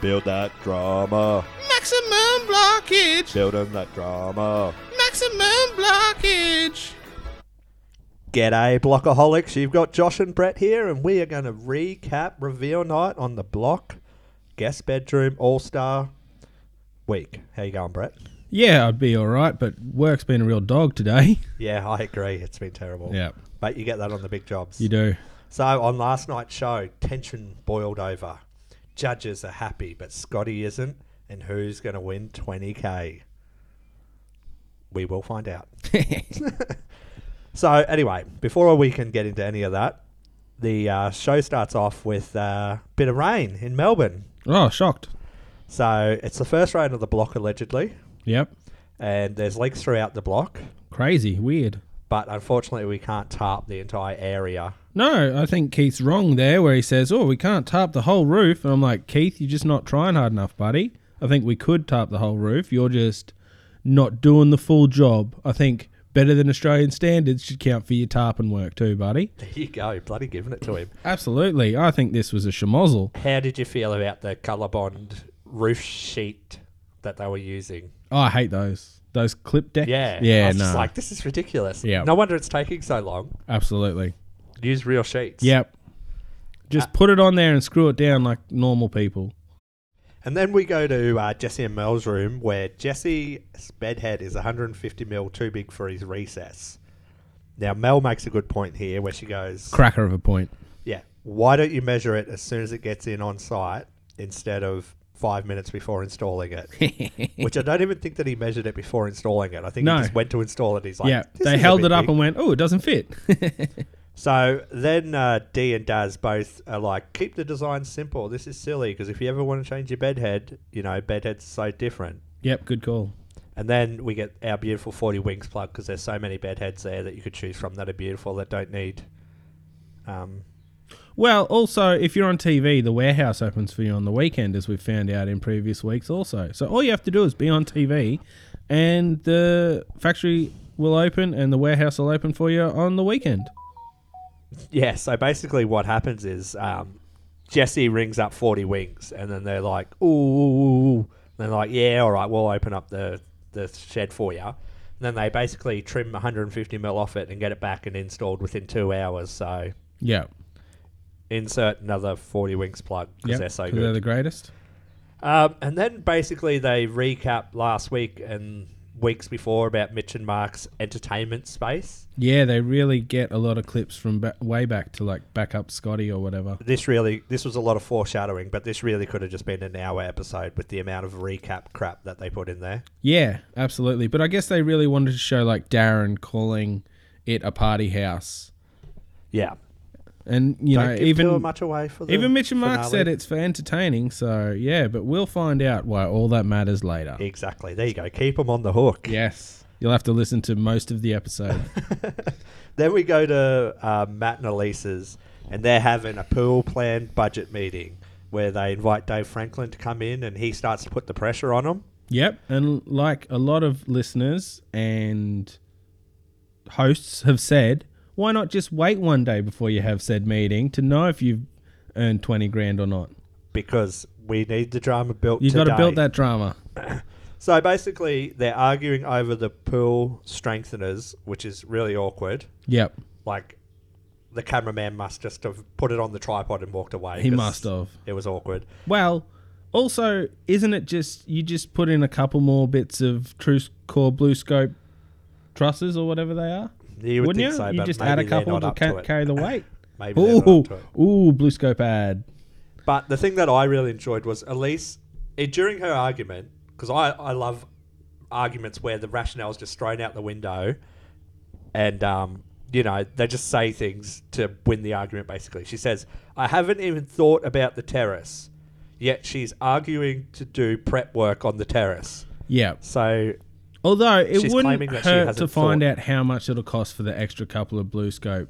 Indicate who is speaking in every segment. Speaker 1: Build that drama.
Speaker 2: Maximum blockage.
Speaker 1: Build on that drama.
Speaker 2: Maximum blockage.
Speaker 1: G'day, blockaholics. You've got Josh and Brett here, and we are going to recap reveal night on the block. Guest bedroom all star week. How you going, Brett?
Speaker 3: Yeah, I'd be all right, but work's been a real dog today.
Speaker 1: Yeah, I agree. It's been terrible.
Speaker 3: Yeah,
Speaker 1: But you get that on the big jobs.
Speaker 3: you do.
Speaker 1: So on last night's show, tension boiled over. Judges are happy, but Scotty isn't. And who's going to win 20k? We will find out. So anyway, before we can get into any of that, the uh, show starts off with uh, a bit of rain in Melbourne.
Speaker 3: oh, shocked.
Speaker 1: So it's the first rain of the block allegedly,
Speaker 3: Yep.
Speaker 1: and there's leaks throughout the block.
Speaker 3: Crazy. Weird.
Speaker 1: But unfortunately, we can't tarp the entire area.
Speaker 3: No, I think Keith's wrong there where he says, oh, we can't tarp the whole roof. And I'm like, Keith, you're just not trying hard enough, buddy. I think we could tarp the whole roof. You're just not doing the full job. I think better than Australian standards should count for your tarping work too, buddy.
Speaker 1: There you go, bloody giving it to him.
Speaker 3: Absolutely. I think this was a schmozzle.
Speaker 1: How did you feel about the Colorbond roof sheet that they were using?
Speaker 3: Oh, I hate those. Those clip decks.
Speaker 1: Yeah, I
Speaker 3: Yeah,
Speaker 1: was
Speaker 3: no.
Speaker 1: just like, this is ridiculous.
Speaker 3: Yeah.
Speaker 1: no wonder it's taking so long.
Speaker 3: Absolutely.
Speaker 1: Use real sheets.
Speaker 3: Yep. Just put it on there and screw it down like normal people.
Speaker 1: And then we go to uh, Jesse and Mel's room where Jesse's bedhead is 150 mil too big for his recess. Now, Mel makes a good point here where she goes,
Speaker 3: Cracker of a point.
Speaker 1: Yeah, why don't you measure it as soon as it gets in on site instead of five minutes before installing it? Which I don't even think that he measured it before installing it. I think
Speaker 3: No.
Speaker 1: he just went to install it. He's like,
Speaker 3: yeah,
Speaker 1: "This
Speaker 3: they
Speaker 1: is a
Speaker 3: held
Speaker 1: bit
Speaker 3: it up
Speaker 1: big."
Speaker 3: and went, "Oh, it doesn't fit."
Speaker 1: So then uh, D and Daz both are like, keep the design simple. This is silly because if you ever want to change your bedhead, you know, bedheads are so different.
Speaker 3: yep, good call.
Speaker 1: And then we get our beautiful 40 wings plug because there's so many bedheads there that you could choose from that are beautiful that don't need. Um,
Speaker 3: Well, also, if you're on TV, the warehouse opens for you on the weekend, as we've found out in previous weeks. Also, so all you have to do is be on TV, and the factory will open and the warehouse will open for you on the weekend.
Speaker 1: yeah, so basically what happens is um, Jesse rings up 40 wings and then they're like, ooh, ooh, ooh, ooh. And they're like, yeah, all right, we'll open up the, the shed for you. And then they basically trim 150 mil off it and get it back and installed within two hours. So
Speaker 3: Yeah,
Speaker 1: insert another 40 wings plug because
Speaker 3: Yep,
Speaker 1: they're so
Speaker 3: 'cause
Speaker 1: good.
Speaker 3: They're the greatest.
Speaker 1: Um, and then basically they recap last week and weeks before about Mitch and Mark's entertainment space.
Speaker 3: Yeah, they really get a lot of clips from ba- way back to like back up Scotty or whatever.
Speaker 1: This really, this was a lot of foreshadowing, but this really could have just been an hour episode with the amount of recap crap that they put in there.
Speaker 3: Yeah, absolutely. But I guess they really wanted to show like Darren calling it a party house,
Speaker 1: Yeah,
Speaker 3: and you
Speaker 1: don't
Speaker 3: know,
Speaker 1: give too
Speaker 3: even
Speaker 1: much away for the
Speaker 3: even Mitch and Mark
Speaker 1: finale.
Speaker 3: said it's for entertaining. So yeah, but we'll find out why all that matters later.
Speaker 1: Exactly. There you go. Keep them on the hook.
Speaker 3: Yes, you'll have to listen to most of the episode.
Speaker 1: Then we go to uh, Matt and Elise's, and they're having a pool planned budget meeting where they invite Dave Franklin to come in, and he starts to put the pressure on them.
Speaker 3: yep, and like a lot of listeners and hosts have said, why not just wait one day before you have said meeting to know if you've earned twenty grand or not?
Speaker 1: because we need the drama built.
Speaker 3: You've
Speaker 1: today.
Speaker 3: got to build that drama.
Speaker 1: So basically, they're arguing over the pool strengtheners, which is really awkward.
Speaker 3: Yep,
Speaker 1: Like, the cameraman must just have put it on the tripod and walked away.
Speaker 3: he
Speaker 1: 'cause
Speaker 3: must have.
Speaker 1: It was awkward.
Speaker 3: Well, also, isn't it just you just put in a couple more bits of True Core Blue Scope trusses or whatever they are?
Speaker 1: You would
Speaker 3: Wouldn't
Speaker 1: think
Speaker 3: you?
Speaker 1: so,
Speaker 3: you
Speaker 1: but
Speaker 3: just
Speaker 1: maybe
Speaker 3: add a
Speaker 1: they're
Speaker 3: couple
Speaker 1: not
Speaker 3: to,
Speaker 1: up
Speaker 3: ca-
Speaker 1: to it.
Speaker 3: carry the weight.
Speaker 1: Maybe they're not
Speaker 3: ooh,
Speaker 1: up to it.
Speaker 3: ooh, Blue Scope ad.
Speaker 1: But the thing that I really enjoyed was Elise eh, during her argument, because I, I love arguments where the rationale is just thrown out the window and, um, you know, they just say things to win the argument, basically. She says, I haven't even thought about the terrace, yet she's arguing to do prep work on the terrace.
Speaker 3: Yeah.
Speaker 1: So,
Speaker 3: Although it
Speaker 1: She's
Speaker 3: wouldn't
Speaker 1: claiming that she
Speaker 3: hurt to
Speaker 1: hasn't
Speaker 3: find
Speaker 1: thought.
Speaker 3: out how much it'll cost for the extra couple of Blue Scope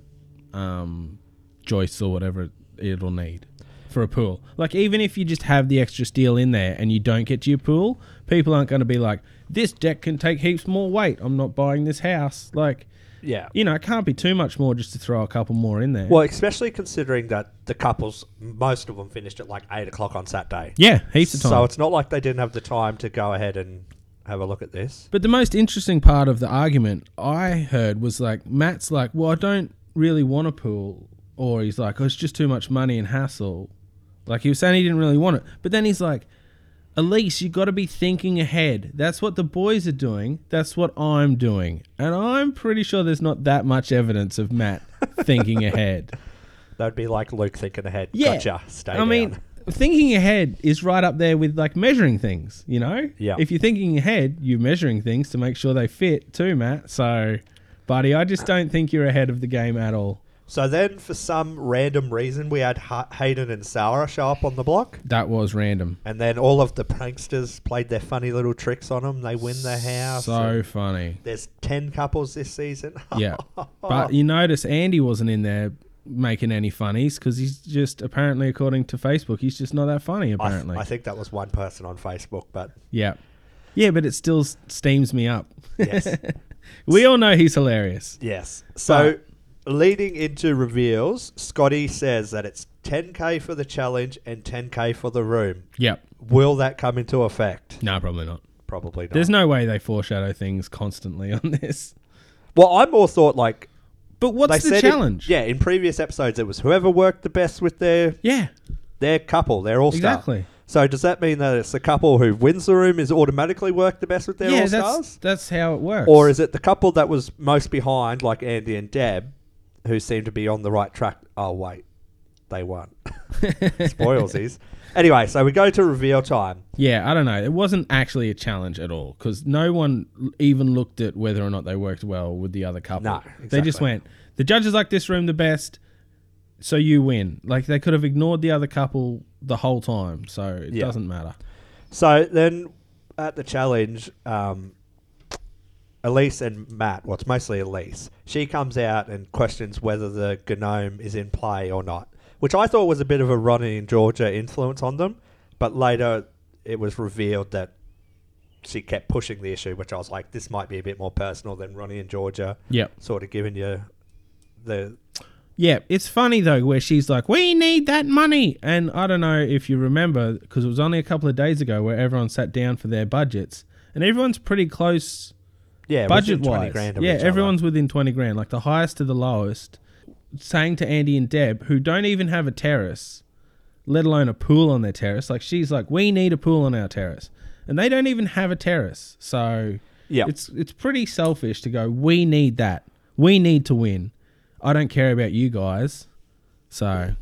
Speaker 3: um, joists or whatever it- it'll need for a pool. Like even if you just have the extra steel in there and you don't get to your pool, people aren't going to be like, "This deck can take heaps more weight. I'm not buying this house." Like
Speaker 1: Yeah.
Speaker 3: You know, it can't be too much more just to throw a couple more in there.
Speaker 1: Well, especially considering that the couples, most of them finished at like 8 o'clock on Saturday.
Speaker 3: yeah, heaps of time.
Speaker 1: So it's not like they didn't have the time to go ahead and have a look at this.
Speaker 3: But the most interesting part of the argument I heard was like Matt's like, "Well, I don't really want a pool," or he's like, "Oh, it's just too much money and hassle." Like he was saying he didn't really want it, but then he's like, "Elise, you got to be thinking ahead. That's what the boys are doing. That's what I'm doing." And I'm pretty sure there's not that much evidence of Matt thinking ahead.
Speaker 1: That'd be like Luke thinking ahead.
Speaker 3: Yeah.
Speaker 1: Gotcha. Stay
Speaker 3: I
Speaker 1: down.
Speaker 3: mean, thinking ahead is right up there with like measuring things, you know?
Speaker 1: Yeah.
Speaker 3: If you're thinking ahead, you're measuring things to make sure they fit too, Matt. So, buddy, I just don't think you're ahead of the game at all.
Speaker 1: So then, for some random reason, we had ha- Hayden and Sarah show up on the block,
Speaker 3: That was random.
Speaker 1: and then all of the pranksters played their funny little tricks on them. They win the house.
Speaker 3: So funny.
Speaker 1: There's ten couples this season.
Speaker 3: Yeah. But you notice Andy wasn't in there making any funnies because he's just apparently, according to Facebook, he's just not that funny,
Speaker 1: I, th-
Speaker 3: apparently.
Speaker 1: I think that was one person on Facebook, but
Speaker 3: yeah. Yeah, but it still s- steams me up.
Speaker 1: yes,
Speaker 3: we all know he's hilarious.
Speaker 1: yes. So leading into reveals, Scotty says that it's 10k for the challenge and 10k for the room.
Speaker 3: Yep.
Speaker 1: Will that come into effect?
Speaker 3: No, probably not.
Speaker 1: Probably not.
Speaker 3: There's no way they foreshadow things constantly on this.
Speaker 1: well, I more thought like
Speaker 3: But
Speaker 1: they
Speaker 3: what's the
Speaker 1: said in-
Speaker 3: challenge?
Speaker 1: yeah, in previous episodes, it was whoever worked the best with their
Speaker 3: Yeah.
Speaker 1: their couple, their all star.
Speaker 3: Exactly.
Speaker 1: So does that mean that it's the couple who wins the room is automatically worked the best with their
Speaker 3: Yeah,
Speaker 1: all
Speaker 3: that's,
Speaker 1: stars,
Speaker 3: that's how it works.
Speaker 1: or is it the couple that was most behind, like Andy and Deb, who seem to be on the right track? Oh wait, they won. Spoilsies. Anyway, so we go to reveal time.
Speaker 3: Yeah, I don't know. It wasn't actually a challenge at all because no one l- even looked at whether or not they worked well with the other couple.
Speaker 1: No,
Speaker 3: They just
Speaker 1: exactly.
Speaker 3: went, the judges like this room the best, so you win. Like they could have ignored the other couple the whole time, so it
Speaker 1: Yeah.
Speaker 3: doesn't matter.
Speaker 1: So then at the challenge, um, Elise and Matt, well, it's mostly Elise, she comes out and questions whether the gnome is in play or not, which I thought was a bit of a Ronnie and Georgia influence on them. But later it was revealed that she kept pushing the issue, which I was like, this might be a bit more personal than Ronnie and Georgia
Speaker 3: Yep.
Speaker 1: sort of giving you the.
Speaker 3: Yeah, it's funny though, where she's like, "We need that money," and I don't know if you remember because it was only a couple of days ago where everyone sat down for their budgets, and everyone's pretty close
Speaker 1: Yeah,
Speaker 3: budget
Speaker 1: within 20
Speaker 3: wise.
Speaker 1: grand of
Speaker 3: Yeah,
Speaker 1: each other.
Speaker 3: everyone's within twenty grand, like the highest to the lowest. Saying to Andy and Deb, who don't even have a terrace, let alone a pool on their terrace, like she's like, "We need a pool on our terrace," and they don't even have a terrace, so
Speaker 1: Yeah.
Speaker 3: it's it's pretty selfish to go. We need that. We need to win. I don't care about you guys. So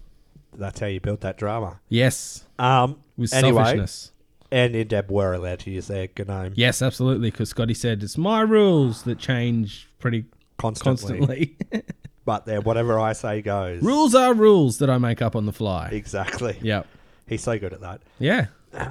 Speaker 1: That's how you build that drama.
Speaker 3: yes,
Speaker 1: Um,
Speaker 3: with
Speaker 1: anyway,
Speaker 3: selfishness.
Speaker 1: and in Deb were allowed to use their gnome
Speaker 3: Yes, absolutely. Because Scotty said it's my rules that change pretty
Speaker 1: constantly,
Speaker 3: constantly.
Speaker 1: but they're whatever I say goes.
Speaker 3: rules are rules that I make up on the fly.
Speaker 1: Exactly.
Speaker 3: Yep.
Speaker 1: He's so good at that.
Speaker 3: Yeah.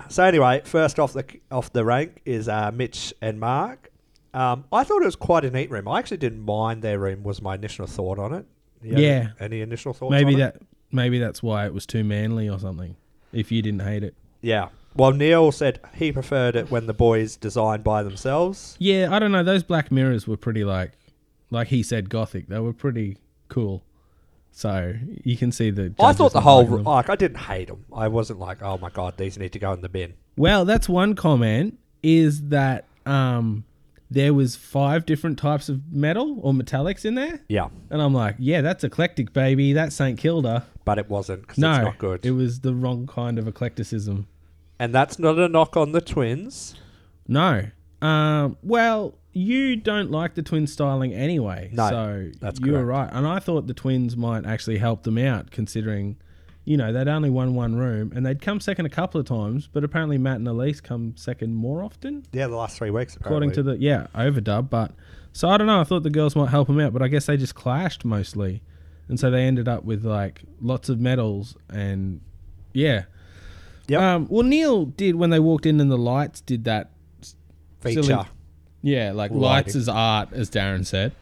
Speaker 1: So anyway, first off the off the rank is uh, Mitch and Mark. Um, I thought it was quite a neat room. I actually didn't mind their room. Was my initial thought on it. You had
Speaker 3: Yeah.
Speaker 1: Any initial thoughts?
Speaker 3: Maybe
Speaker 1: on it?
Speaker 3: that. Maybe that's why it was too manly or something. If you didn't hate it.
Speaker 1: Yeah. Well, Neil said he preferred it when the boys designed by themselves.
Speaker 3: Yeah, I don't know. Those black mirrors were pretty like, like he said, gothic. They were pretty cool. So you can see the.
Speaker 1: I
Speaker 3: judges
Speaker 1: thought the
Speaker 3: not
Speaker 1: whole
Speaker 3: liking them.
Speaker 1: like I didn't hate them. I wasn't like, oh my god, these need to go in the bin.
Speaker 3: Well, that's one comment. Is that um, there was five different types of metal or metallics in there,
Speaker 1: Yeah,
Speaker 3: and I'm like, yeah, that's eclectic, baby. That's St Kilda.
Speaker 1: but it wasn't because
Speaker 3: No,
Speaker 1: it's not good.
Speaker 3: it was the wrong kind of eclecticism.
Speaker 1: and that's not a knock on the twins.
Speaker 3: No. Um, well, you don't like the twin styling anyway.
Speaker 1: No,
Speaker 3: so
Speaker 1: that's
Speaker 3: you were
Speaker 1: correct.
Speaker 3: right. And I thought the twins might actually help them out, considering, you know, they'd only won one room and they'd come second a couple of times, but apparently Matt and Elise come second more often,
Speaker 1: Yeah, the last three weeks.
Speaker 3: according to the, yeah, overdub. But so I don't know. I thought the girls might help them out, but I guess they just clashed mostly. And so they ended up with like lots of medals and, yeah.
Speaker 1: Yep.
Speaker 3: Um, well, Neil did when they walked in and the lights did that
Speaker 1: the
Speaker 3: silly-
Speaker 1: feature.
Speaker 3: yeah, like lights
Speaker 1: Lighting.
Speaker 3: is art, as Darren said.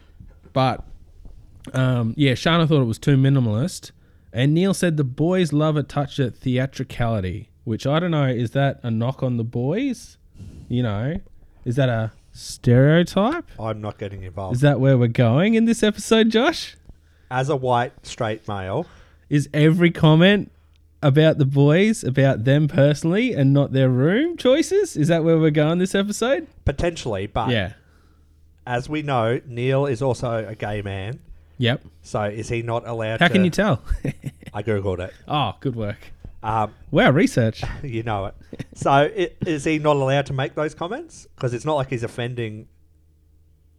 Speaker 3: But um, yeah, Shana thought it was too minimalist, and Neil said the boys love a touch of theatricality, which I don't know. Is that a knock on the boys? You know, is that a stereotype?
Speaker 1: I'm not getting involved.
Speaker 3: Is that where we're going in this episode, Josh?
Speaker 1: As a white straight male,
Speaker 3: Is every comment about the boys, about them personally, and not their room choices? Is that where we're going this episode?
Speaker 1: potentially, but
Speaker 3: Yeah.
Speaker 1: as we know, Neil is also a gay man.
Speaker 3: Yep.
Speaker 1: So is he not allowed?
Speaker 3: How
Speaker 1: to,
Speaker 3: can you tell?
Speaker 1: I googled it.
Speaker 3: oh, good work.
Speaker 1: Um,
Speaker 3: Wow, research.
Speaker 1: you know it. So i is he not allowed to make those comments? Because it's not like he's offending.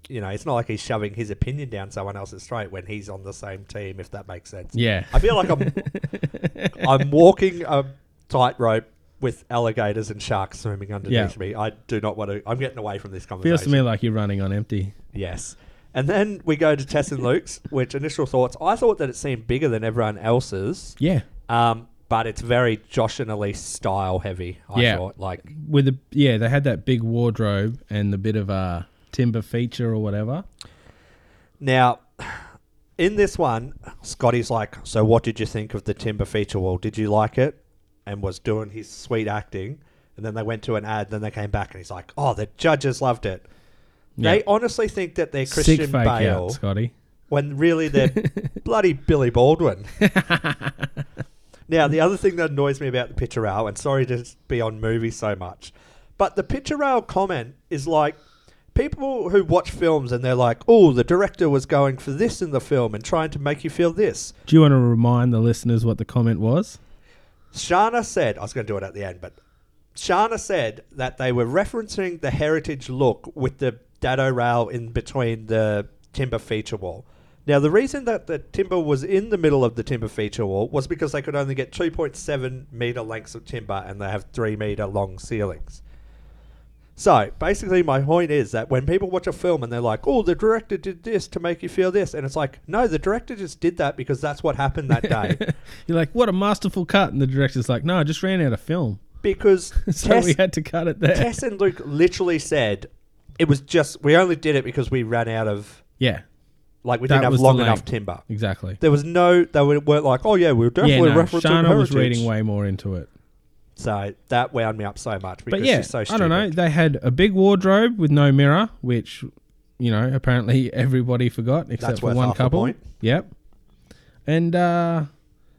Speaker 1: You know, it's not like he's shoving his opinion down someone else's throat when he's on the same team. If that makes sense.
Speaker 3: Yeah.
Speaker 1: I feel like I'm I'm walking a tightrope with alligators and sharks swimming underneath
Speaker 3: Yeah.
Speaker 1: me. I do not want to. I'm getting away from this
Speaker 3: Feels
Speaker 1: conversation.
Speaker 3: to me like you're running on empty.
Speaker 1: Yes. And then we go to Tess and Luke's, which initial thoughts. I thought that it seemed bigger than everyone else's,
Speaker 3: Yeah.
Speaker 1: um, but it's very Josh and Elise style heavy. I
Speaker 3: Yeah.
Speaker 1: thought like
Speaker 3: With the yeah, they had that big wardrobe and the bit of uh, timber feature or whatever.
Speaker 1: now in this one, Scotty's like, "So what did you think of the timber feature wall? Did you like it?" And was doing his sweet acting. And then they went to an ad. Then they came back, and he's like, "Oh, the judges loved it."
Speaker 3: Yeah.
Speaker 1: They honestly think that they're Christian
Speaker 3: Sick fake
Speaker 1: Bale.
Speaker 3: out, Scotty.
Speaker 1: when really they're bloody Billy Baldwin. now, the other thing that annoys me about the picture rail, and sorry to be on movies so much, but the picture rail comment is like people who watch films and they're like, oh, the director was going for this in the film and trying to make you feel this.
Speaker 3: Do you want to remind the listeners what the comment was?
Speaker 1: Shana said, I was going to do it at the end, but Shana said that they were referencing the heritage look with the dado rail in between the timber feature wall. Now, the reason that the timber was in the middle of the timber feature wall was because they could only get 2.7 meter lengths of timber and they have 3 meter long ceilings. So basically, my point is that when people watch a film and they're like, "Oh, the director did this to make you feel this," and it's like, "No, the director just did that because that's what happened that day."
Speaker 3: You're like, what a masterful cut, and the director's like, no, I just ran out of film,
Speaker 1: because
Speaker 3: so
Speaker 1: Tess-
Speaker 3: we had to cut it there.
Speaker 1: Tess and Luke literally said it was just we only did it because we ran out of
Speaker 3: yeah,
Speaker 1: like we
Speaker 3: That
Speaker 1: didn't have
Speaker 3: was the
Speaker 1: long
Speaker 3: length.
Speaker 1: enough timber.
Speaker 3: exactly.
Speaker 1: There was no they were- weren't like oh yeah we were
Speaker 3: Yeah,
Speaker 1: definitely
Speaker 3: no,
Speaker 1: referencing
Speaker 3: Shana
Speaker 1: heritage.
Speaker 3: was reading way more into it.
Speaker 1: So that wound me up so much because
Speaker 3: But yeah,
Speaker 1: she's so
Speaker 3: I
Speaker 1: stupid.
Speaker 3: don't know. They had a big wardrobe with no mirror, which you know apparently everybody forgot except
Speaker 1: That's
Speaker 3: for
Speaker 1: worth
Speaker 3: one
Speaker 1: half a
Speaker 3: couple.
Speaker 1: point.
Speaker 3: Yep. And uh,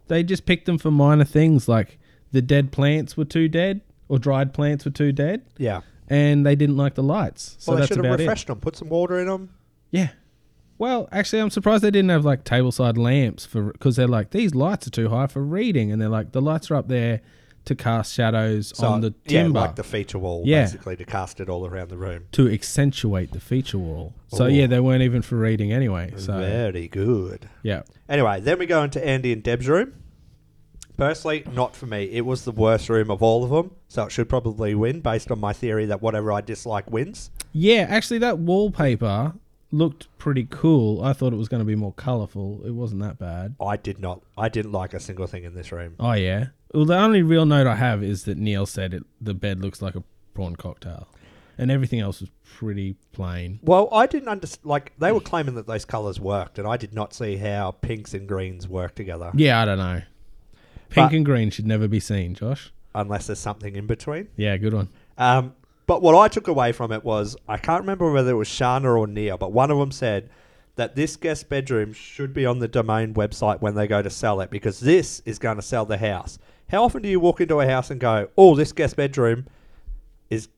Speaker 3: they just picked them for minor things like the dead plants were too dead or dried plants were too dead,
Speaker 1: Yeah.
Speaker 3: and they didn't like the lights. So
Speaker 1: Well, they
Speaker 3: that's
Speaker 1: should have
Speaker 3: about it.
Speaker 1: refreshed them, put some water in them.
Speaker 3: Yeah. Well, actually, I'm surprised they didn't have like tableside lamps for because they're like these lights are too high for reading, and they're like the lights are up there to cast shadows
Speaker 1: So,
Speaker 3: on the
Speaker 1: yeah,
Speaker 3: timber
Speaker 1: like the feature wall,
Speaker 3: Yeah.
Speaker 1: basically to cast it all around the room.
Speaker 3: to accentuate the feature wall. So
Speaker 1: Ooh.
Speaker 3: yeah, they weren't even for reading anyway. So
Speaker 1: Very good.
Speaker 3: yeah,
Speaker 1: Anyway, then we go into Andy and Deb's room. Personally, not for me. It was the worst room of all of them, so it should probably win based on my theory that whatever I dislike wins.
Speaker 3: yeah. Actually, that wallpaper looked pretty cool. I thought it was going to be more colorful. It wasn't that bad.
Speaker 1: I did not. I didn't like a single thing in this room.
Speaker 3: Oh yeah. Well, the only real note I have is that Neil said it, the bed looks like a prawn cocktail, and everything else was pretty plain.
Speaker 1: Well, I didn't understand. Like they were claiming that those colors worked, and I did not see how pinks and greens work together,
Speaker 3: Yeah, I don't know. Pink
Speaker 1: But-
Speaker 3: and green should never be seen, Josh.
Speaker 1: unless there's something in between.
Speaker 3: Yeah, good one.
Speaker 1: Um, but what I took away from it was I can't remember whether it was Shana or Nia, but one of them said that this guest bedroom should be on the domain website when they go to sell it because this is going to sell the house. How often do you walk into a house and go, "Oh, this guest bedroom is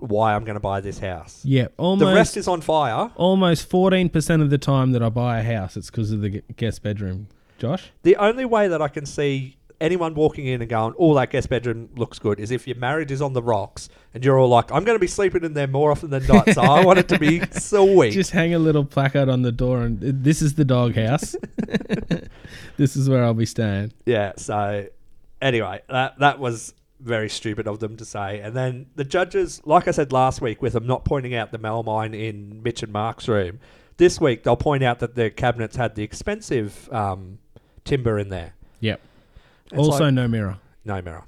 Speaker 1: why I'm going to buy this house"?
Speaker 3: Yeah,
Speaker 1: The
Speaker 3: almost
Speaker 1: rest is on fire.
Speaker 3: almost 14% of the time that I buy a house, it's because of the gu- guest bedroom. Josh?
Speaker 1: The only way that I can see anyone walking in and going, "Oh, that guest bedroom looks good," is if your marriage is on the rocks and you're all like, "I'm going to be sleeping in there more often than not," so I want it to be sweet.
Speaker 3: Just hang a little placard on the door and this is the dog house. this is where I'll be staying.
Speaker 1: Yeah. So anyway, that that was very stupid of them to say. And then the judges, like I said last week, with them not pointing out the metal mine in Mitch and Mark's room, this week they'll point out that the cabinets had the expensive um, timber in there.
Speaker 3: Yep.
Speaker 1: It's
Speaker 3: also,
Speaker 1: like-
Speaker 3: no mirror.
Speaker 1: no mirror,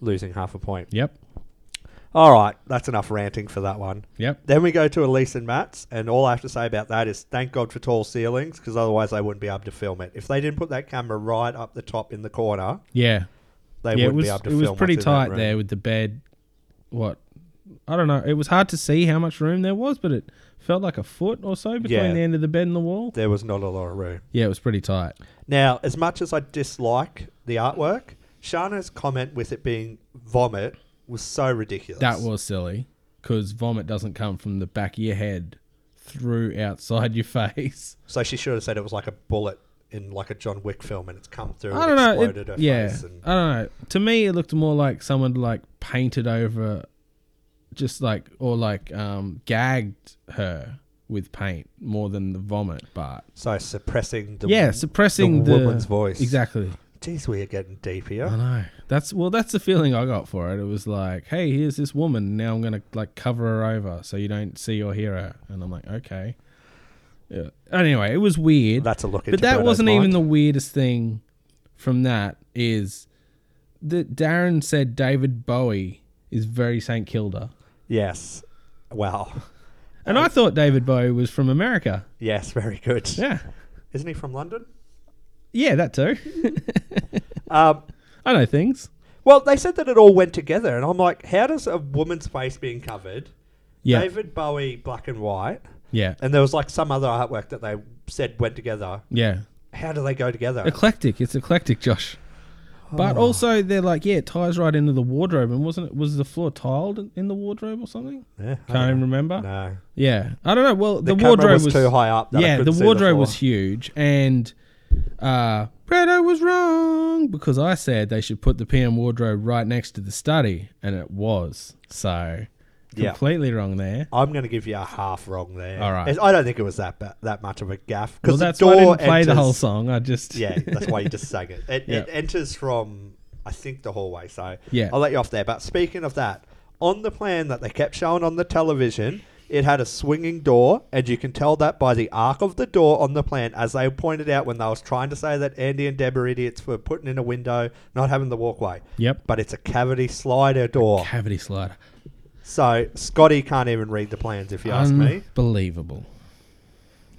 Speaker 1: losing half a point.
Speaker 3: Yep.
Speaker 1: All right, that's enough ranting for that one.
Speaker 3: Yep.
Speaker 1: Then we go to Elise and Matt's, and all I have to say about that is thank God for tall ceilings, because otherwise they wouldn't be able to film it. If they didn't put that camera right up the top in the corner,
Speaker 3: Yeah.
Speaker 1: they
Speaker 3: yeah, it
Speaker 1: wouldn't
Speaker 3: was,
Speaker 1: be able to
Speaker 3: it
Speaker 1: film
Speaker 3: was pretty
Speaker 1: what's in that
Speaker 3: tight
Speaker 1: room.
Speaker 3: there with the bed, what, I don't know. It was hard to see how much room there was, but it felt like a foot or so between
Speaker 1: Yeah.
Speaker 3: the end of the bed and the wall.
Speaker 1: There was not a lot of room.
Speaker 3: Yeah, it was pretty tight.
Speaker 1: Now, as much as I dislike the artwork, Shana's comment with it being vomit was so ridiculous.
Speaker 3: That was silly because vomit doesn't come from the back of your head through outside your face.
Speaker 1: So she should have said it was like a bullet in like a John Wick film, and it's come through.
Speaker 3: I
Speaker 1: and
Speaker 3: don't know.
Speaker 1: Exploded
Speaker 3: It,
Speaker 1: her
Speaker 3: yeah,
Speaker 1: face and
Speaker 3: I don't know. To me, it looked more like someone like painted over, just like or like um gagged her with paint more than the vomit part.
Speaker 1: so suppressing the
Speaker 3: yeah, suppressing the,
Speaker 1: woman's voice.
Speaker 3: Exactly.
Speaker 1: Jeez, we are getting deep here.
Speaker 3: I know. That's well. That's the feeling I got for it. It was like, hey, here's this woman. Now I'm gonna like cover her over so you don't see or hear her. And I'm like, okay. Yeah. Anyway, it was weird.
Speaker 1: That's a look.
Speaker 3: but that wasn't even the weirdest thing. From that is that Darren said David Bowie is very St Kilda,
Speaker 1: yes. Wow.
Speaker 3: and I thought David Bowie was from America.
Speaker 1: Yes, very good.
Speaker 3: Yeah.
Speaker 1: Isn't he from London?
Speaker 3: Yeah, that too.
Speaker 1: Um,
Speaker 3: I know things.
Speaker 1: well, they said that it all went together, and I'm like, how does a woman's face being covered?
Speaker 3: Yeah.
Speaker 1: David Bowie, black and white,
Speaker 3: Yeah.
Speaker 1: and there was like some other artwork that they said went together.
Speaker 3: Yeah.
Speaker 1: How do they go together?
Speaker 3: eclectic. It's eclectic, Josh.
Speaker 1: Oh.
Speaker 3: But also, they're like, yeah, it ties right into the wardrobe, and wasn't it? Was the floor tiled in- in the wardrobe or something?
Speaker 1: Yeah, I
Speaker 3: Can't even
Speaker 1: don't
Speaker 3: remember.
Speaker 1: know. No.
Speaker 3: Yeah, I don't know. Well, the,
Speaker 1: The,
Speaker 3: wardrobe
Speaker 1: camera was, too high up. That I
Speaker 3: yeah,
Speaker 1: couldn't
Speaker 3: the
Speaker 1: see
Speaker 3: wardrobe
Speaker 1: floor.
Speaker 3: was huge, and uh, Brado was wrong because I said they should put the PM wardrobe right next to the study, and it was so
Speaker 1: Yeah.
Speaker 3: completely wrong there.
Speaker 1: I'm going to give you a half wrong there.
Speaker 3: All right.
Speaker 1: It's- I don't think it was that ba- that much of a gaff
Speaker 3: Well,
Speaker 1: because
Speaker 3: that's
Speaker 1: the
Speaker 3: why I
Speaker 1: door
Speaker 3: didn't play the
Speaker 1: enters-
Speaker 3: whole song. I just
Speaker 1: Yeah, that's why you just sang it. It,
Speaker 3: Yeah.
Speaker 1: it enters from I think the hallway. So
Speaker 3: Yeah.
Speaker 1: I'll let you off there. But speaking of that, on the plan that they kept showing on the television, it had a swinging door, and you can tell that by the arc of the door on the plan, as they pointed out when they was trying to say that Andy and Deb are idiots for putting in a window, not having the walkway.
Speaker 3: Yep.
Speaker 1: But it's a cavity slider door.
Speaker 3: cavity slider.
Speaker 1: So Scotty can't even read the plans if you ask me.
Speaker 3: Unbelievable.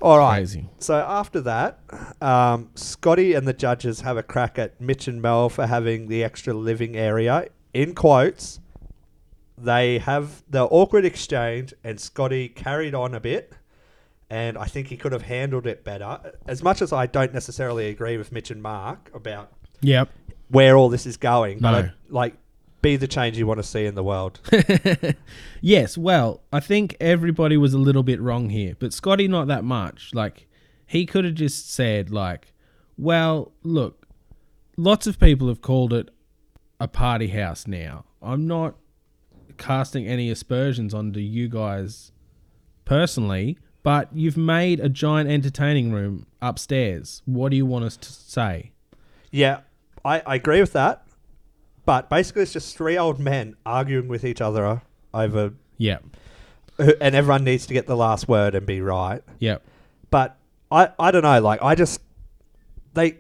Speaker 1: All right.
Speaker 3: Crazy.
Speaker 1: So after that, um, Scotty and the judges have a crack at Mitch and Mel for having the extra living area. In quotes, they have the awkward exchange, and Scotty carried on a bit. And I think he could have handled it better. As much as I don't necessarily agree with Mitch and Mark about
Speaker 3: Yep.
Speaker 1: where all this is going, but
Speaker 3: No.
Speaker 1: I, like, be the change you want to see in the world.
Speaker 3: Yes, well, I think everybody was a little bit wrong here, but Scotty not that much. Like he could have just said like, "Well, look, lots of people have called it a party house now. I'm not casting any aspersions onto you guys personally, but you've made a giant entertaining room upstairs. What do you want us to say?"
Speaker 1: Yeah, I, I agree with that. But basically, it's just three old men arguing with each other over,
Speaker 3: Yeah.
Speaker 1: and everyone needs to get the last word and be right.
Speaker 3: Yeah.
Speaker 1: But I, I don't know. Like I just they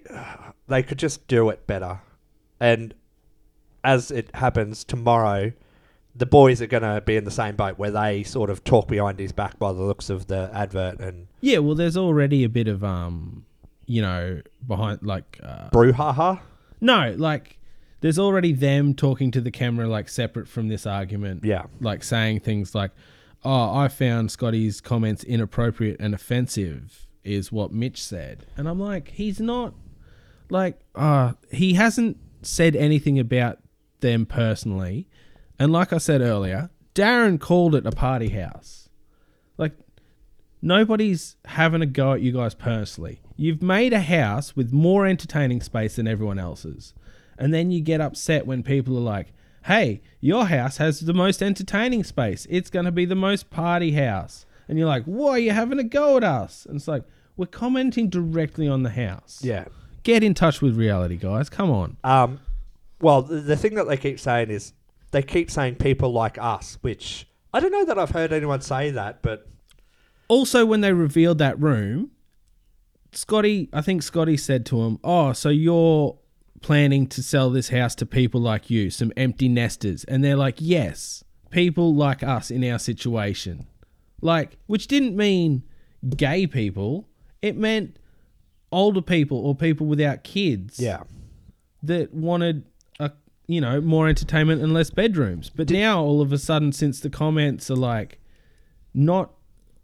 Speaker 1: they could just do it better. And as it happens tomorrow, the boys are going to be in the same boat where they sort of talk behind his back by the looks of the advert and
Speaker 3: Yeah, well there's already a bit of um, you know, behind like uh
Speaker 1: brouhaha.
Speaker 3: No, like there's already them talking to the camera like separate from this argument.
Speaker 1: Yeah.
Speaker 3: Like saying things like, "Oh, I found Scotty's comments inappropriate and offensive," is what Mitch said. And I'm like, he's not like uh he hasn't said anything about them personally. And like I said earlier, Darren called it a party house. Like nobody's having a go at you guys personally. You've made a house with more entertaining space than everyone else's. And then you get upset when people are like, hey, your house has the most entertaining space. It's going to be the most party house. And you're like, why are you having a go at us? And it's like, we're commenting directly on the house.
Speaker 1: Yeah.
Speaker 3: Get in touch with reality, guys. Come on.
Speaker 1: Um, well, the, the thing that they keep saying is they keep saying people like us, which I don't know that I've heard anyone say that, but
Speaker 3: also when they revealed that room scotty i think scotty said to him oh so you're planning to sell this house to people like you some empty nesters and they're like yes people like us in our situation like which didn't mean gay people it meant older people or people without kids
Speaker 1: yeah,
Speaker 3: that wanted a, you know, more entertainment and less bedrooms. But now all of a sudden, since the comments are like not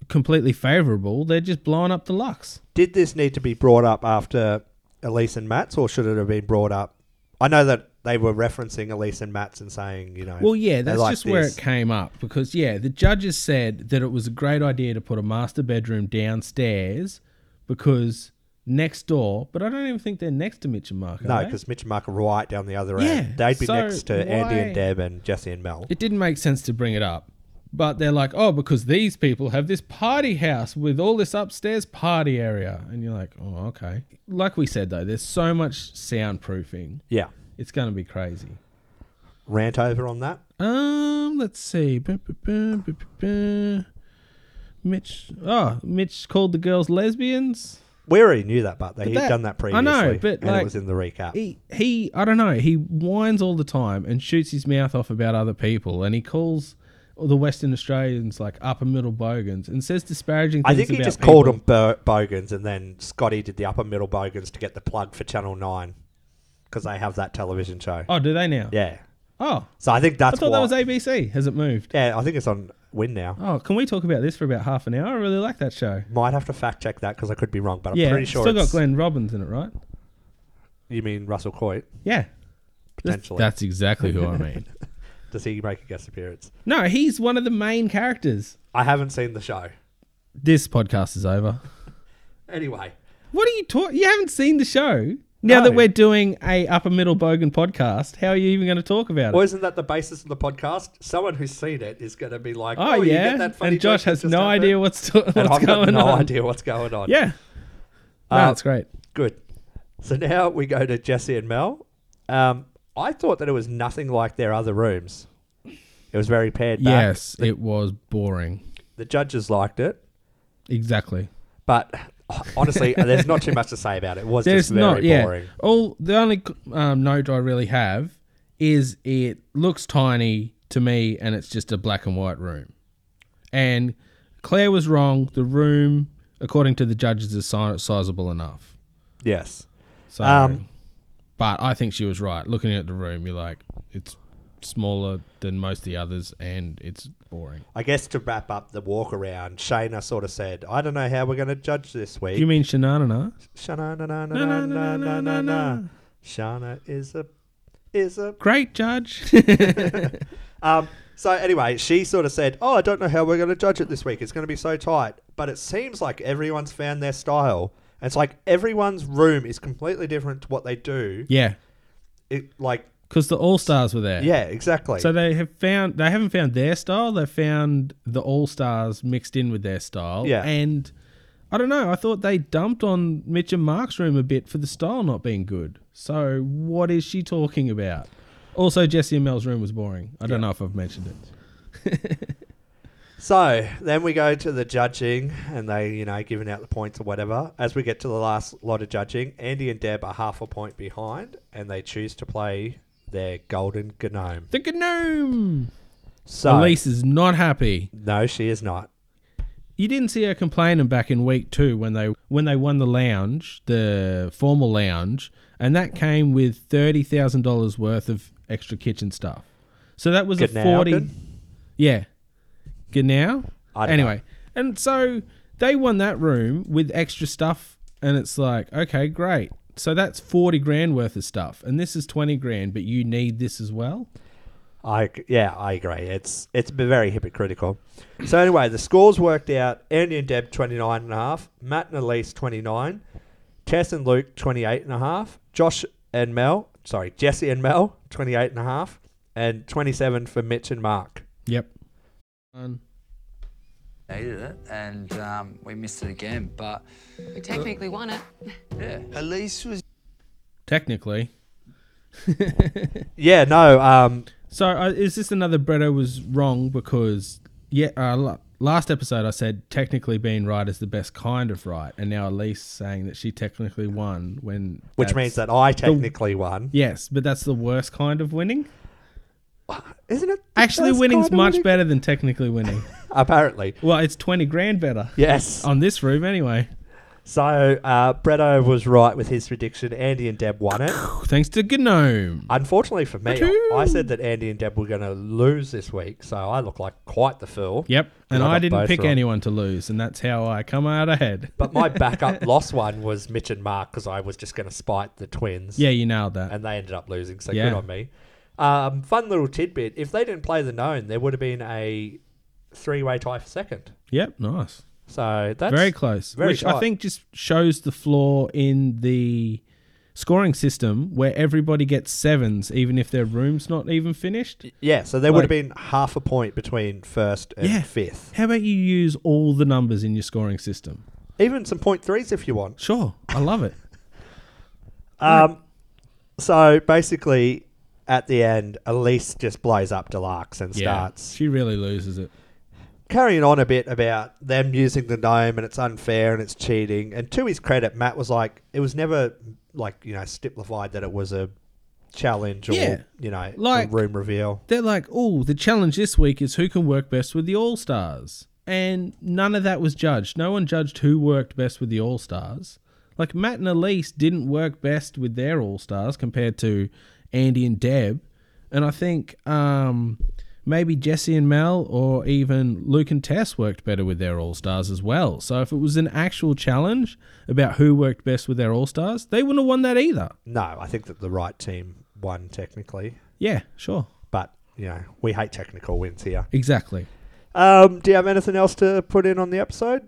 Speaker 3: completely favourable, they're just blowing up the Lux.
Speaker 1: Did this need to be brought up after Elise and Matt's, or should it have been brought up? I know that they were referencing Elise and Matt's and saying, you know,
Speaker 3: Well, yeah,
Speaker 1: they
Speaker 3: that's
Speaker 1: like
Speaker 3: just where
Speaker 1: this.
Speaker 3: it came up because yeah, the judges said that it was a great idea to put a master bedroom downstairs because next door. But I don't even think they're next to Mitch and eh? Mark. are
Speaker 1: No,
Speaker 3: they?
Speaker 1: because Mitch and Mark are right down the other
Speaker 3: Yeah,
Speaker 1: end. They'd be
Speaker 3: so
Speaker 1: next to Andy
Speaker 3: why-
Speaker 1: and Deb and Jesse and Mel.
Speaker 3: it didn't make sense to bring it up. But they're like, oh, because these people have this party house with all this upstairs party area. And you're like, oh, okay. Like we said, though, there's so much soundproofing.
Speaker 1: yeah.
Speaker 3: It's going to be crazy.
Speaker 1: Rant over on that.
Speaker 3: Um, let's see. Ba- ba- ba- ba- ba- ba. Mitch. Oh, Mitch called the girls lesbians.
Speaker 1: We already knew that, but they he'd
Speaker 3: that-
Speaker 1: done that
Speaker 3: I
Speaker 1: previously.
Speaker 3: know, but,
Speaker 1: and
Speaker 3: like,
Speaker 1: it was in the recap.
Speaker 3: He, he, I don't know. He whines all the time and shoots his mouth off about other people. And he calls the Western Australians like upper middle bogans and says disparaging things
Speaker 1: I think he
Speaker 3: about
Speaker 1: just called
Speaker 3: people.
Speaker 1: them bo- bogans, and then Scotty did the upper middle bogans to get the plug for Channel Nine because they have that television show.
Speaker 3: Oh, do they now?
Speaker 1: Yeah,
Speaker 3: Oh,
Speaker 1: so I think
Speaker 3: I
Speaker 1: that's
Speaker 3: thought
Speaker 1: what.
Speaker 3: that was ABC. Has it moved?
Speaker 1: yeah, I think it's on Win now.
Speaker 3: Oh, can we talk about this for about half an hour? I really like that show.
Speaker 1: Might have to fact check that because I could be wrong, but I'm
Speaker 3: Oh. yeah,
Speaker 1: pretty sure
Speaker 3: still got
Speaker 1: it's,
Speaker 3: Glenn Robbins in it, right?
Speaker 1: you mean Russell Coit
Speaker 3: Yeah,
Speaker 1: potentially.
Speaker 3: That's exactly who I mean.
Speaker 1: Does he make a guest appearance?
Speaker 3: no, he's one of the main characters.
Speaker 1: I haven't seen the show.
Speaker 3: This podcast is over.
Speaker 1: Anyway,
Speaker 3: What are you talking? You haven't seen the show. Now that
Speaker 1: No.
Speaker 3: we're doing a upper middle bogan podcast, how are you even going to talk about it?
Speaker 1: well, isn't that the basis of the podcast? Someone who's seen it is going to be like, "Oh,
Speaker 3: oh
Speaker 1: you
Speaker 3: yeah,
Speaker 1: get that funny
Speaker 3: and Josh
Speaker 1: joke that
Speaker 3: has
Speaker 1: just
Speaker 3: no
Speaker 1: happened?"
Speaker 3: idea what's, to-
Speaker 1: and
Speaker 3: what's
Speaker 1: I've got
Speaker 3: going
Speaker 1: no
Speaker 3: on.
Speaker 1: idea what's going on.
Speaker 3: Yeah,
Speaker 1: Uh,
Speaker 3: no, it's great.
Speaker 1: Good. So now we go to Jesse and Mel. Um, I thought that it was nothing like their other rooms. It was very pared back.
Speaker 3: Yes, it was boring.
Speaker 1: The judges liked it,
Speaker 3: Exactly.
Speaker 1: but honestly, there's not too much to say about it. It was
Speaker 3: There's
Speaker 1: just very
Speaker 3: not, yeah.
Speaker 1: boring.
Speaker 3: All the only um, note I really have is it looks tiny to me, and it's just a black and white room. And Claire was wrong. The room, according to the judges, is si- sizable enough.
Speaker 1: Yes.
Speaker 3: So,
Speaker 1: Um,
Speaker 3: but I think she was right. Looking at the room, you're like, it's smaller than most of the others, and it's boring.
Speaker 1: I guess to wrap up the walk around, Shayna sort of said, I don't know how we're going to judge this week.
Speaker 3: You mean Shanana?
Speaker 1: Shana na na
Speaker 3: Na,
Speaker 1: na
Speaker 3: na, na,
Speaker 1: na na
Speaker 3: na,
Speaker 1: na
Speaker 3: na.
Speaker 1: na. Shana is a is a
Speaker 3: Great judge.
Speaker 1: Um, so anyway, she sort of said, "Oh, I don't know how we're going to judge it this week. It's going to be so tight." But it seems like everyone's found their style. And it's like everyone's room is completely different to what they do.
Speaker 3: yeah,
Speaker 1: It like
Speaker 3: because the All Stars were there.
Speaker 1: yeah, exactly.
Speaker 3: So they have found they haven't found their style. They found the all stars mixed in with their style.
Speaker 1: Yeah.
Speaker 3: and I don't know. I thought they dumped on Mitch and Mark's room a bit for the style not being good. So what is she talking about? Also, Jesse and Mel's room was boring. I don't know if I've mentioned it.
Speaker 1: So then we go to the judging, and they, you know, giving out the points or whatever. As we get to the last lot of judging, Andy and Deb are half a point behind, and they choose to play their golden gnome.
Speaker 3: The gnome.
Speaker 1: So
Speaker 3: Elise is not happy.
Speaker 1: no, she is not.
Speaker 3: You didn't see her complaining back in week two when they when they won the lounge, the formal lounge, and that came with thirty thousand dollars worth of extra kitchen stuff. So that was a
Speaker 1: Genau,
Speaker 3: forty.
Speaker 1: good.
Speaker 3: Yeah, good now.
Speaker 1: I don't
Speaker 3: Anyway, and so they won that room with extra stuff, and it's like, okay, great. So that's forty grand worth of stuff, and this is twenty grand, but you need this as well.
Speaker 1: I yeah, I agree. It's it's been very hypocritical. So anyway, the scores worked out. Andy and Deb 29 and a half, Matt and Elise 29, Tess and Luke 28 and a half, Josh and Mel, sorry, Jesse and Mel 28 and a half, and 27 for Mitch and Mark.
Speaker 3: Yep. Um,
Speaker 4: hated it and um, we missed it again. But
Speaker 5: We technically won it.
Speaker 4: yeah,
Speaker 2: Elise was
Speaker 3: Technically.
Speaker 1: Yeah, no, um
Speaker 3: So uh, is this another Bretto was wrong because yeah, uh, la- last episode I said technically being right is the best kind of right, and now Elise saying that she technically won when
Speaker 1: which
Speaker 3: that's-
Speaker 1: means that I technically won.
Speaker 3: yes, but that's the worst kind of winning.
Speaker 1: Isn't it? the
Speaker 3: Actually,
Speaker 1: best
Speaker 3: winning's
Speaker 1: kind of
Speaker 3: much
Speaker 1: winning?
Speaker 3: better than technically winning.
Speaker 1: Apparently.
Speaker 3: well, it's twenty grand better
Speaker 1: Yes.
Speaker 3: on this room anyway.
Speaker 1: So uh, Bretto was right with his prediction. Andy and Deb won it.
Speaker 3: Thanks to Gnome.
Speaker 1: Unfortunately for me,
Speaker 3: Achoo.
Speaker 1: I said that Andy and Deb were going to lose this week, so I look like quite the fool.
Speaker 3: Yep. And
Speaker 1: I
Speaker 3: I,
Speaker 1: got
Speaker 3: didn't
Speaker 1: both
Speaker 3: pick
Speaker 1: wrong.
Speaker 3: anyone to lose, and that's how I come out ahead.
Speaker 1: But my backup loss one was Mitch and Mark because I was just going to spite the twins.
Speaker 3: yeah, you nailed that.
Speaker 1: and they ended up losing. So
Speaker 3: Yeah.
Speaker 1: good on me. Um, fun little tidbit: if they didn't play the known, there would have been a three-way tie for second.
Speaker 3: yep, nice.
Speaker 1: So that's
Speaker 3: Very close.
Speaker 1: very
Speaker 3: which I
Speaker 1: tight.
Speaker 3: think just shows the flaw in the scoring system where everybody gets sevens, even if their room's not even finished.
Speaker 1: Yeah, so there would have
Speaker 3: Like-
Speaker 1: been half a point between first and
Speaker 3: Yeah.
Speaker 1: fifth,
Speaker 3: How about you use all the numbers in your scoring system?
Speaker 1: even some point threes if you want.
Speaker 3: Sure, I love it.
Speaker 1: Um, so basically, at the end, Elise just blows up Deluxe and starts
Speaker 3: She really loses it.
Speaker 1: carrying on a bit about them using the gnome and it's unfair and it's cheating. And to his credit, Matt was like, it was never like you know stiplified that it was a challenge or
Speaker 3: Yeah.
Speaker 1: you know
Speaker 3: Like-
Speaker 1: a room reveal.
Speaker 3: They're like, oh, the challenge this week is who can work best with the All Stars. And none of that was judged. No one judged who worked best with the All Stars. Like Matt and Elise didn't work best with their All Stars compared to Andy and Deb. And I think um, maybe Jesse and Mel or even Luke and Tess worked better with their All Stars as well. So if it was an actual challenge about who worked best with their All Stars, they wouldn't have won that either.
Speaker 1: No, I think that the right team won technically,
Speaker 3: Yeah, sure.
Speaker 1: but you know we hate technical wins here.
Speaker 3: Exactly.
Speaker 1: Um, do you have anything else to put in on the episode?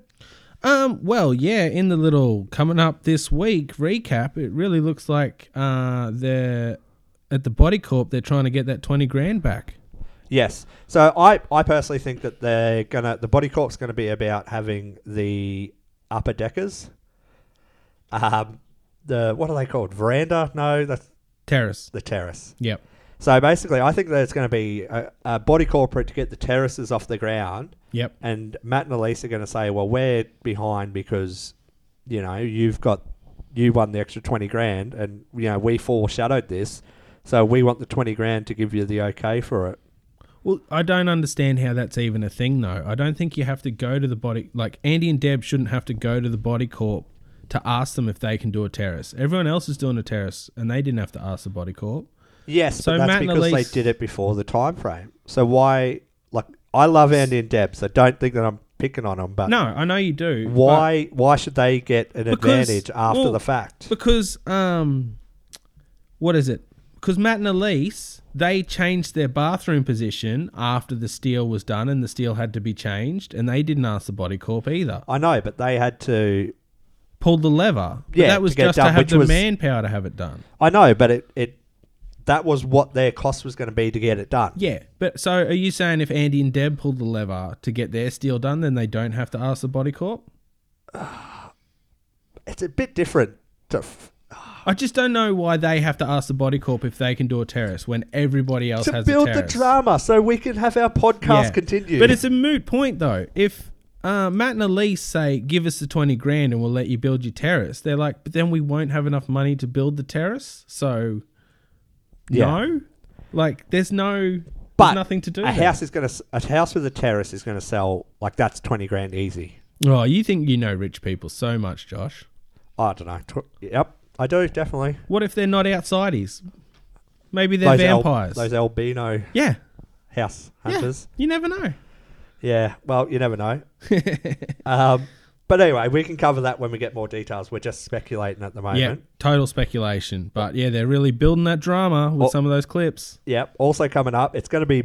Speaker 3: Um, well, yeah, in the little coming up this week recap, it really looks like uh they're at the body corp they're trying to get that twenty grand back.
Speaker 1: Yes. So I, I personally think that they're gonna the body corp's gonna be about having the upper deckers. Um, the what are they called? Veranda? No, that's
Speaker 3: Terrace.
Speaker 1: the terrace.
Speaker 3: Yep.
Speaker 1: So basically, I think that it's going to be a, a body corporate to get the terraces off the ground,
Speaker 3: Yep.
Speaker 1: and Matt and Elise are going to say, "Well, we're behind because you know you've got you won the extra twenty grand, and you know we foreshadowed this, so we want the twenty grand to give you the okay for it."
Speaker 3: Well, I don't understand how that's even a thing though. I don't think you have to go to the body like Andy and Deb shouldn't have to go to the body corp to ask them if they can do a terrace. Everyone else is doing a terrace and they didn't have to ask the body corp.
Speaker 1: Yes,
Speaker 3: So
Speaker 1: but that's
Speaker 3: Matt and
Speaker 1: because
Speaker 3: Elise-
Speaker 1: they did it before the time frame. So why, like, I love Andy and Deb, so don't think that I'm picking on them, but
Speaker 3: No, I know you do. but-
Speaker 1: why why should they get an
Speaker 3: Because-
Speaker 1: advantage after
Speaker 3: well,
Speaker 1: the fact?
Speaker 3: Because um, what is it? Because Matt and Elise they changed their bathroom position after the steel was done, and the steel had to be changed, and they didn't ask the body corp either.
Speaker 1: I know, but they had to.
Speaker 3: Pulled the lever. But
Speaker 1: Yeah,
Speaker 3: that was
Speaker 1: to get
Speaker 3: just
Speaker 1: done,
Speaker 3: to have
Speaker 1: which
Speaker 3: the
Speaker 1: was-
Speaker 3: manpower to have it done.
Speaker 1: I know, but it it that was what their cost was going to be to get it done.
Speaker 3: Yeah, but so are you saying if Andy and Deb pulled the lever to get their steel done, then they don't have to ask the body corp?
Speaker 1: It's a bit different. To f-
Speaker 3: I just don't know why they have to ask the body corp if they can do a terrace when everybody else
Speaker 1: to
Speaker 3: has
Speaker 1: build
Speaker 3: a
Speaker 1: the
Speaker 3: terrace.
Speaker 1: drama so we can have our podcast
Speaker 3: Yeah.
Speaker 1: continue.
Speaker 3: But it's a moot point though. If uh, Matt and Elise say, "Give us the twenty grand and we'll let you build your terrace," they're like, "But then we won't have enough money to build the terrace." So,
Speaker 1: Yeah.
Speaker 3: no, like there's no,
Speaker 1: But
Speaker 3: there's nothing to do.
Speaker 1: A
Speaker 3: there.
Speaker 1: house is going to a house with a terrace is going to sell like that's twenty grand easy.
Speaker 3: Oh, you think you know rich people so much, Josh?
Speaker 1: I don't know. Tw- yep, I do definitely.
Speaker 3: What if they're not outsidies? Maybe they're
Speaker 1: al-
Speaker 3: vampires.
Speaker 1: those albino
Speaker 3: yeah,
Speaker 1: house
Speaker 3: yeah.
Speaker 1: hunters.
Speaker 3: You never know.
Speaker 1: Yeah, well, you never know. um, but anyway, we can cover that when we get more details. We're just speculating at the
Speaker 3: Yeah,
Speaker 1: moment.
Speaker 3: total speculation. But yeah, they're really building that drama with
Speaker 1: Well-
Speaker 3: some of those clips.
Speaker 1: Yep. Also coming up, it's going to be.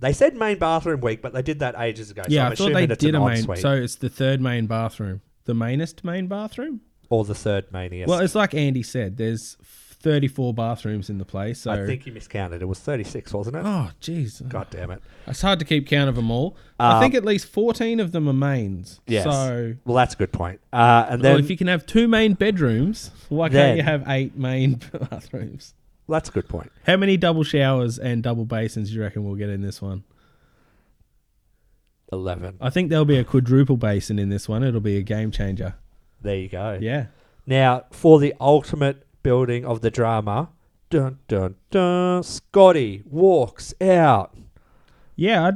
Speaker 1: They said main bathroom week, but they did that ages ago. so
Speaker 3: Yeah,
Speaker 1: I'm
Speaker 3: I thought
Speaker 1: assuming
Speaker 3: they
Speaker 1: it's
Speaker 3: did
Speaker 1: an
Speaker 3: a main.
Speaker 1: ensuite
Speaker 3: So it's the third main bathroom, the mainest main bathroom.
Speaker 1: or the third mania.
Speaker 3: Well, it's like Andy said. There's 34 bathrooms in the place. So
Speaker 1: I think you miscounted. It was 36, wasn't it?
Speaker 3: Oh, jeez,
Speaker 1: God damn it.
Speaker 3: it's hard to keep count of them all. I think at least 14 of them are mains.
Speaker 1: Yes.
Speaker 3: So.
Speaker 1: well, that's a good point. Uh, and
Speaker 3: Well,
Speaker 1: then
Speaker 3: if you can have two main bedrooms, why
Speaker 1: Then-
Speaker 3: can't you have eight main bathrooms?
Speaker 1: well, that's a good point.
Speaker 3: How many double showers and double basins do you reckon we'll get in this one?
Speaker 1: 11.
Speaker 3: I think there'll be a quadruple basin in this one. It'll be a game changer.
Speaker 1: There you go.
Speaker 3: Yeah.
Speaker 1: Now, for the ultimate building of the drama, dun dun dun, Scotty walks out.
Speaker 3: Yeah, I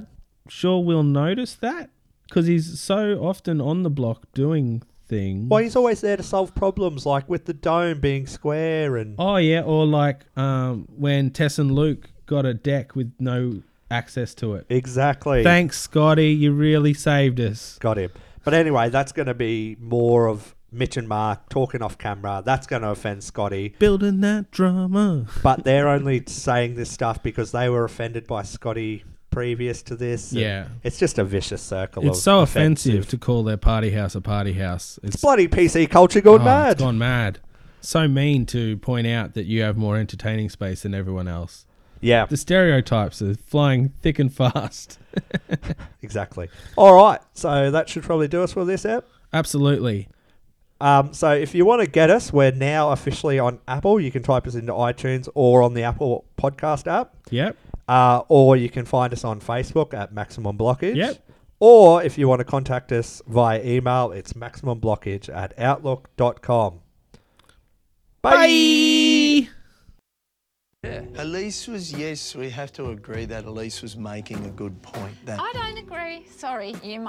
Speaker 3: sure will notice that because he's so often on the block doing thing.
Speaker 1: Well, he's always there to solve problems, like with the dome being square and
Speaker 3: Oh yeah, or like um, when Tess and Luke got a deck with no access to it.
Speaker 1: exactly.
Speaker 3: Thanks, Scotty. You really saved us.
Speaker 1: Got him. But anyway, that's going to be more of Mitch and Mark talking off camera. That's going to offend Scotty.
Speaker 3: Building that drama.
Speaker 1: But they're only saying this stuff because they were offended by Scotty previous to this. and
Speaker 3: Yeah.
Speaker 1: It's just a vicious circle.
Speaker 3: It's
Speaker 1: of
Speaker 3: so offensive to call their party house a party house. It's,
Speaker 1: Bloody PC culture gone
Speaker 3: oh,
Speaker 1: mad.
Speaker 3: It's gone mad. So mean to point out that you have more entertaining space than everyone else.
Speaker 1: Yeah,
Speaker 3: The stereotypes are flying thick and fast.
Speaker 1: exactly. All right. So that should probably do us for this app.
Speaker 3: Absolutely.
Speaker 1: Um, so if you want to get us, we're now officially on Apple. You can type us into iTunes or on the Apple podcast app.
Speaker 3: Yep.
Speaker 1: Uh, or you can find us on Facebook at Maximum Blockage.
Speaker 3: Yep.
Speaker 1: Or if you want to contact us via email, it's maximumblockage at outlook.com. Bye. Bye.
Speaker 4: Yeah.
Speaker 6: Elise was, yes, we have to agree that Elise was making a good point. That
Speaker 5: I don't agree. Sorry, you.